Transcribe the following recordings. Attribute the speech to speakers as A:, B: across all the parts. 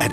A: At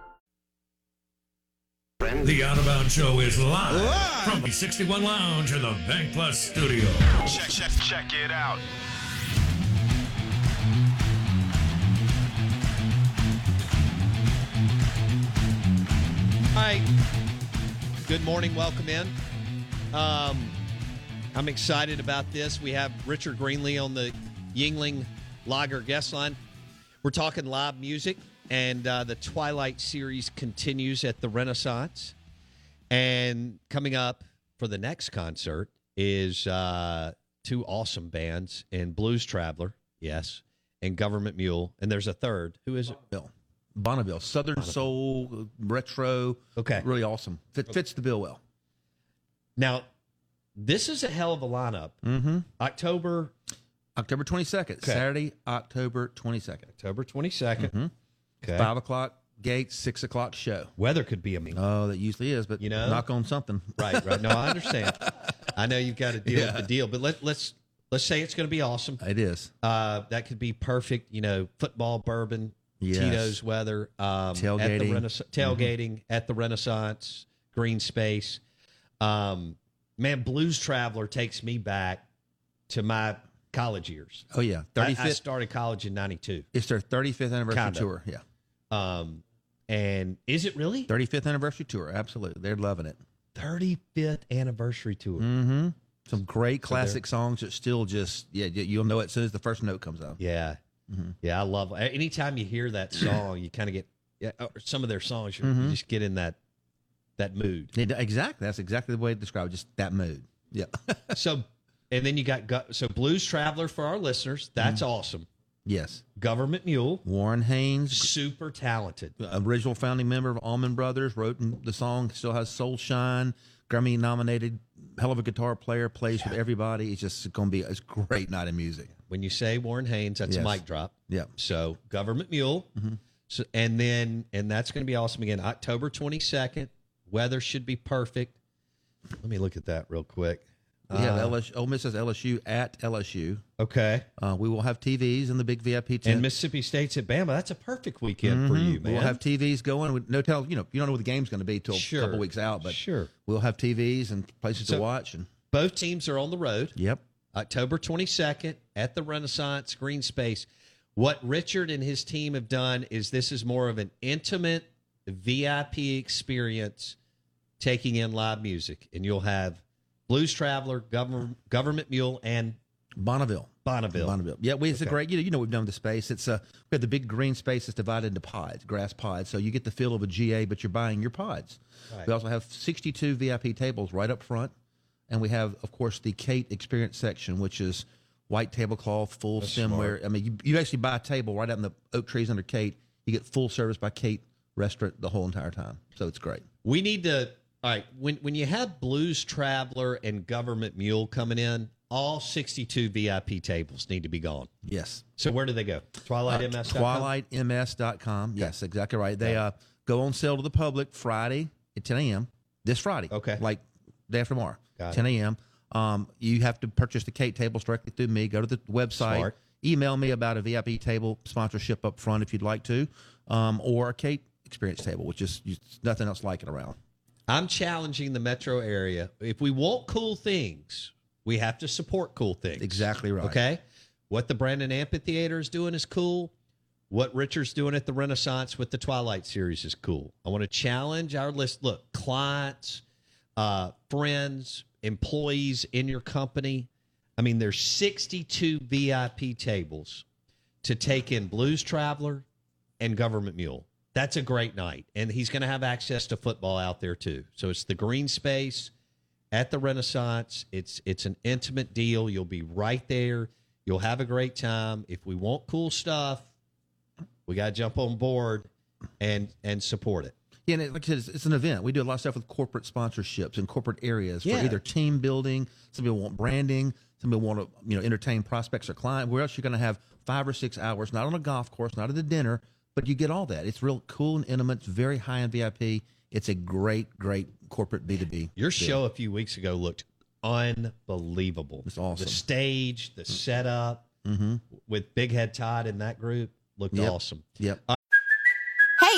B: The Out of Bounds Show is live, live, from the 61 Lounge in the Bank Plus studio.
C: Check, check, check it out.
D: Hi. Good morning. Welcome in. Um, I'm excited about this. We have Richard Greenlee on the Yingling Lager guest line. We're talking live music, and uh, the Twilight series continues at the Renaissance. And coming up for the next concert is uh, two awesome bands in Blues Traveler, yes, and Government Mule. And there's a third. Who is it?
E: Bill. Bonneville, Southern Bonneville. Soul, retro.
D: Okay.
E: Really awesome. Fit, fits the bill well.
D: Now, this is a hell of a lineup.
E: Mm-hmm.
D: October.
E: October 22nd. Okay. Saturday, October 22nd.
D: October 22nd.
E: Mm-hmm. Okay. Five o'clock gate, six o'clock show.
D: Weather could be amazing.
E: Oh, that usually is, but you know, knock on something.
D: right, right. No, I understand. I know you've got to deal yeah. with the deal, but let, let's let's say it's going to be awesome.
E: It is.
D: Uh, that could be perfect. You know, football, bourbon, Yes. Tito's weather, um, tailgating, at the Renais- tailgating mm-hmm. at the Renaissance, green space. Um, man, Blues Traveler takes me back to my college years.
E: Oh yeah,
D: 35th. I, I started college in '92.
E: It's their 35th anniversary Kinda. tour. Yeah.
D: Um, and is it really
E: 35th anniversary tour? Absolutely, they're loving it.
D: 35th anniversary tour.
E: Mm-hmm. Some great classic so songs that still just yeah you'll know it as soon as the first note comes out.
D: Yeah, Mm-hmm. Yeah, I love. Anytime you hear that song, you kind of get yeah, uh, some of their songs. Mm-hmm. You just get in that that mood.
E: It, exactly. That's exactly the way to describe it. Just that mood. Yeah.
D: so, and then you got so Blues Traveler for our listeners. That's mm-hmm. awesome.
E: Yes.
D: Government Mule.
E: Warren Haynes.
D: Super talented.
E: Original founding member of Allman Brothers. Wrote the song. Still has Soul Shine. Grammy nominated. Hell of a guitar player. Plays yeah. with everybody. It's just going to be a great night of music
D: when you say Warren Haynes, that's yes. a mic drop.
E: Yeah.
D: So government mule. Mm-hmm. So and then and that's going to be awesome again. October twenty second. Weather should be perfect. Let me look at that real quick.
E: We uh, have LSU, Ole Miss has LSU at LSU.
D: Okay.
E: Uh, we will have TVs in the big VIP tent.
D: And Mississippi State's at Bama. That's a perfect weekend mm-hmm. for you, man.
E: We'll have TVs going. With no tell. You know, you don't know what the game's going to be till
D: sure.
E: a couple weeks out, but
D: sure,
E: we'll have TVs and places so to watch. And
D: both teams are on the road.
E: Yep.
D: October 22nd at the Renaissance Green Space. What Richard and his team have done is this is more of an intimate VIP experience taking in live music. And you'll have Blues Traveler, Government, Government Mule, and
E: Bonneville.
D: Bonneville.
E: Bonneville. Yeah, we, it's okay. a great, you know, you know, we've done the space. It's a, we have the big green space that's divided into pods, grass pods. So you get the feel of a GA, but you're buying your pods. Right. We also have 62 VIP tables right up front and we have of course the Kate experience section, which is white tablecloth, full That's stemware. Smart. I mean, you, you actually buy a table right out in the oak trees under Kate. You get full service by Kate restaurant the whole entire time, so it's great.
D: We need to. All right, when when you have Blues Traveler and Government Mule coming in, all 62 VIP tables need to be gone.
E: Yes.
D: So where do they go?
E: Uh,
D: TwilightMS.com?
E: TwilightMS.com. Yes, exactly right. They uh, go on sale to the public Friday at 10 a.m. This Friday.
D: Okay.
E: Like day after tomorrow,
D: Got it.
E: 10 a.m. Um, you have to purchase the cake tables directly through me. Go to the website.
D: Smart.
E: Email me about a VIP table sponsorship up front if you'd like to, um, or a cake experience table, which is you, nothing else like it around.
D: I'm challenging the metro area. If we want cool things, we have to support cool things.
E: Exactly right.
D: Okay. What the Brandon Amphitheater is doing is cool. What Richard's doing at the Renaissance with the Twilight series is cool. I want to challenge our list. Look, clients, uh, friends, employees in your company. I mean, there's 62 VIP tables to take in Blues Traveler and Government Mule. That's a great night. And he's going to have access to football out there too. So it's the green space at the Renaissance. It's it's an intimate deal. You'll be right there. You'll have a great time. If we want cool stuff, we got to jump on board and and support it.
E: Yeah, and it, like I said, it's, it's an event. We do a lot of stuff with corporate sponsorships and corporate areas
D: Yeah.
E: for either team building. Some people want branding. Some people want to you know entertain prospects or clients. Where else you're going to have five or six hours? Not on a golf course, not at a dinner, but you get all that. It's real cool and intimate. It's very high end VIP. It's a great, great corporate B two B.
D: Your show a few weeks ago looked unbelievable.
E: It's awesome.
D: The stage, the setup
E: Mm-hmm.
D: with Big Head Todd in that group looked
E: Yep.
D: awesome.
E: Yep.
F: Hey,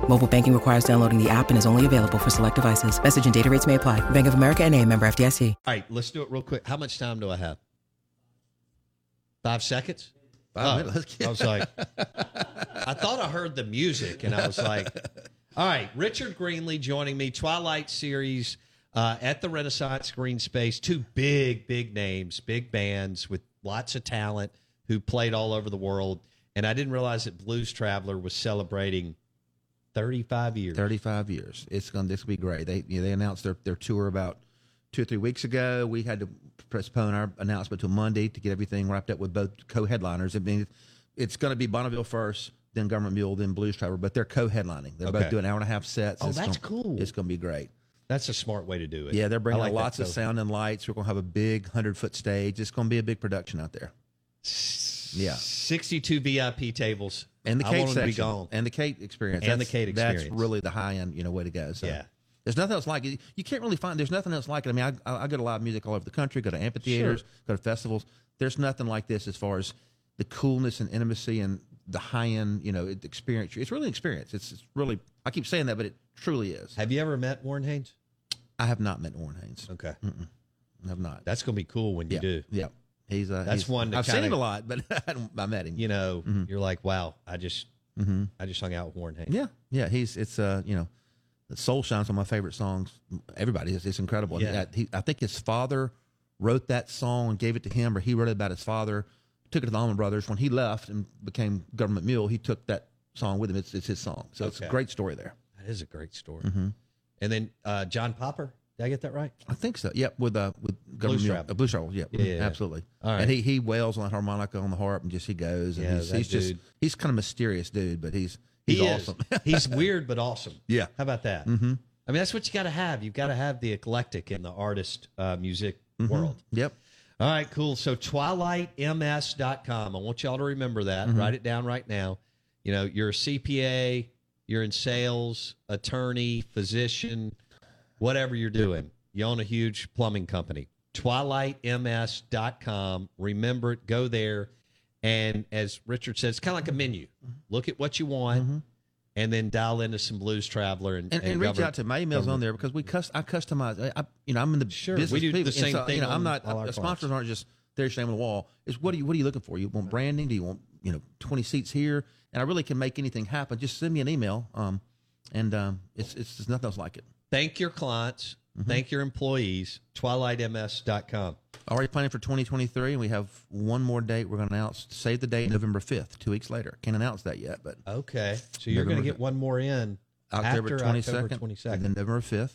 G: Mobile banking requires downloading the app and is only available for select devices. Message and data rates may apply. Bank of America and a member FDIC.
D: All right, let's do it real quick. How much time do I have? Five seconds?
E: Five
D: Oh,
E: minutes.
D: I was like, I thought I heard the music, and I was like, all right, Richard Greenlee joining me, Twilight Series uh, at the Renaissance Green Space. Two big, big names, big bands with lots of talent who played all over the world. And I didn't realize that Blues Traveler was celebrating 35 years.
E: 35 years. It's going to this will be great. They you know, they announced their, their tour about two or three weeks ago. We had to postpone our announcement till Monday to get everything wrapped up with both co-headliners. I mean, it's going to be Bonneville first, then Government Mule, then Blues Traveler, but they're co-headlining. They're
D: Okay.
E: both doing hour and a half sets.
D: Oh,
E: It's
D: that's
E: gonna-
D: cool.
E: It's going to be great.
D: That's a smart way to do it.
E: Yeah, they're bringing
D: I like that
E: lots of
D: though.
E: sound and lights. We're going to have a big 100-foot stage. It's going to be a big production out there. Yeah.
D: 62 VIP tables.
E: And the
D: I
E: Kate
D: want them
E: section.
D: to be gone.
E: And the Kate experience.
D: And the
E: That's-
D: Kate
E: That's
D: experience.
E: really the high end, you know, way to go. So
D: Yeah.
E: There's nothing else like it. You can't really find. There's nothing else like it. I mean, I, I I go to live music all over the country. Go to amphitheaters.
D: Sure.
E: Go to festivals. There's nothing like this as far as the coolness and intimacy and the high end, you know, it- experience. It's really an experience. It's, it's really. I keep saying that, but it truly is.
D: Have you ever met Warren Haynes?
E: I have not met Orrin Haynes.
D: Okay.
E: Mm-mm. I have not.
D: That's going to be cool when you
E: yeah.
D: do.
E: Yeah. He's uh,
D: That's
E: he's-
D: one to
E: I've seen
D: kinda-
E: him a lot, but I, haven't- I met him.
D: You know,
E: Mhm.
D: you're like, wow, I just
E: Mm-hmm.
D: I just hung out with Warren Haynes.
E: Yeah, yeah. He's it's uh you know, the Soul Shine's one of my favorite songs. Everybody, it's, it's incredible. And
D: Yeah.
E: I, he, I think his father wrote that song and gave it to him, or he wrote it about his father. Took it to the Allman Brothers when he left and became Government Mule. He took that song with him. It's, it's his song, so it's a
D: Okay.
E: great story there.
D: That is a great story.
E: Mhm.
D: And then uh, John Popper. Did I get that right?
E: I think so. Yep, with uh with Governor
D: Blues
E: Mule-
D: Travel.
E: uh, Blues Travel, yeah,
D: Yeah, yeah, yeah.
E: absolutely.
D: All right.
E: And he he wails on the harmonica on the harp and just he goes. And
D: Yeah,
E: he's,
D: that
E: he's just
D: dude.
E: he's kind of mysterious dude, but he's he's
D: He is.
E: awesome.
D: he's weird but awesome.
E: Yeah.
D: How about that?
E: Mhm.
D: I mean, that's what you got to have. You've got to have the eclectic in the artist uh, music
E: Mhm.
D: world.
E: Yep.
D: All right, cool. So twilightms.com. I want y'all to remember that.
E: Mhm.
D: Write it down right now. You know, you're a CPA, you're in sales, attorney, physician, whatever you're doing. You own a huge plumbing company. Twilightms.com. Remember it. Go there. And as Richard said, it's kind of like a menu.
E: Mm-hmm.
D: Look at what you want and then dial into some Blues Traveler and,
E: and, and reach
D: govern-
E: out to my emails on there because we cus- I customize. I, I you know I'm in the
D: Sure,
E: business
D: we do the
E: people, and
D: same
E: so,
D: thing
E: You know,
D: on
E: I'm not
D: all our
E: the sponsors aren't just there standing on the wall. It's what are you what are you looking for? You want branding? Do you want you know 20 seats here? And I really can make anything happen. Just send me an email. Um, and um, it's it's there's nothing else like it.
D: Thank your clients.
E: Mm-hmm.
D: Thank your employees. Twilightms.com.
E: Already planning for 2023, and we have one more date. We're going to announce save the date November 5th, two weeks later. Can't announce that yet, but
D: Okay. So you're going
E: November
D: to get one more in
E: October
D: after
E: 22nd,
D: October
E: and
D: 22nd.
E: then November 5th,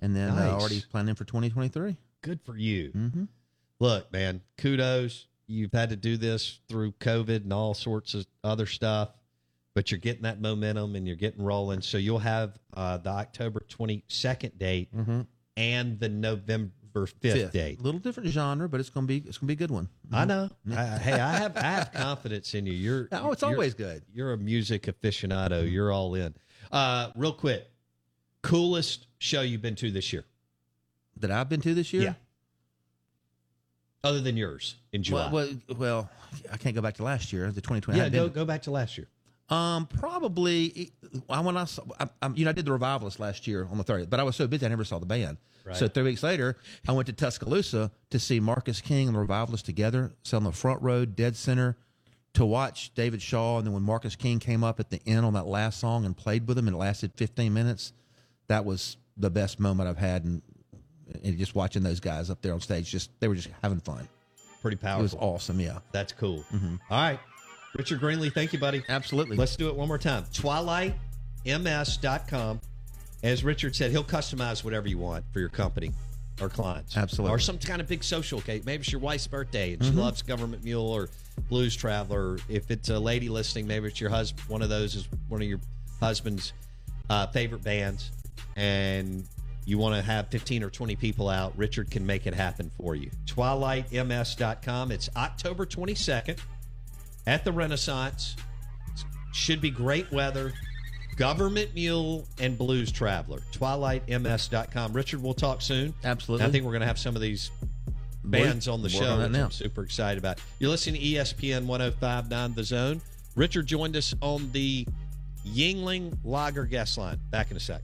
E: and then uh,
D: Nice.
E: already planning for 2023.
D: Good for you.
E: Mm-hmm.
D: Look, man, kudos. You've had to do this through COVID and all sorts of other stuff, but you're getting that momentum and you're getting rolling. So you'll have uh, the October 22nd date
E: Mhm.
D: and the November 5th, date.
E: Little different genre, but it's gonna be it's gonna be a good one.
D: I know. I- hey, I have I have confidence in you. You're
E: Oh, it's
D: you're-
E: always good. Mm-hmm.
D: You're a music aficionado. You're all in. Uh, real quick, coolest show you've been to this year,
E: That I've been to this year.
D: Yeah. other than yours in July.
E: Well, well, well, I can't go back to last year, the 2020. I
D: yeah,
E: haven't
D: go
E: been-
D: go back to last year.
E: Um, probably. I when I saw, I, I, you know, I did the revivalist last year on the 30th, but I was so busy I never saw the band.
D: Right.
E: So three weeks later, I went to Tuscaloosa to see Marcus King and the revivalist together, so on the front road, dead center, to watch David Shaw. And then when Marcus King came up at the end on that last song and played with him, and it lasted 15 minutes. That was the best moment I've had, and, and just watching those guys up there on stage, just they were just having fun.
D: Pretty
E: It was Mm-hmm.
D: powerful.
E: awesome. Yeah.
D: That's cool. All right, Richard Greenlee, thank you, buddy.
E: Absolutely.
D: Let's do it one more time. Twilightms.com. As Richard said, he'll customize whatever you want for your company or clients.
E: Absolutely.
D: Or some kind of big social case. Maybe it's your wife's birthday and she
E: Mhm.
D: loves Government Mule or Blues Traveler. Or If it's a lady listening, maybe it's your husband. One of those is one of your husband's uh, favorite bands. And you want to have 15 or 20 people out, Richard can make it happen for you. TwilightMS.com. It's October 22nd at the Renaissance. Should be great weather. Government Mule and Blues Traveler. TwilightMS.com. Richard, we'll talk soon.
E: Absolutely.
D: I think we're going to have some of these bands on the
E: Working
D: show.
E: on that
D: which
E: now.
D: I'm super excited about. You're listening to E ESPN 1059 The Zone. Richard joined us on the Yingling Lager guest line. Back in a sec.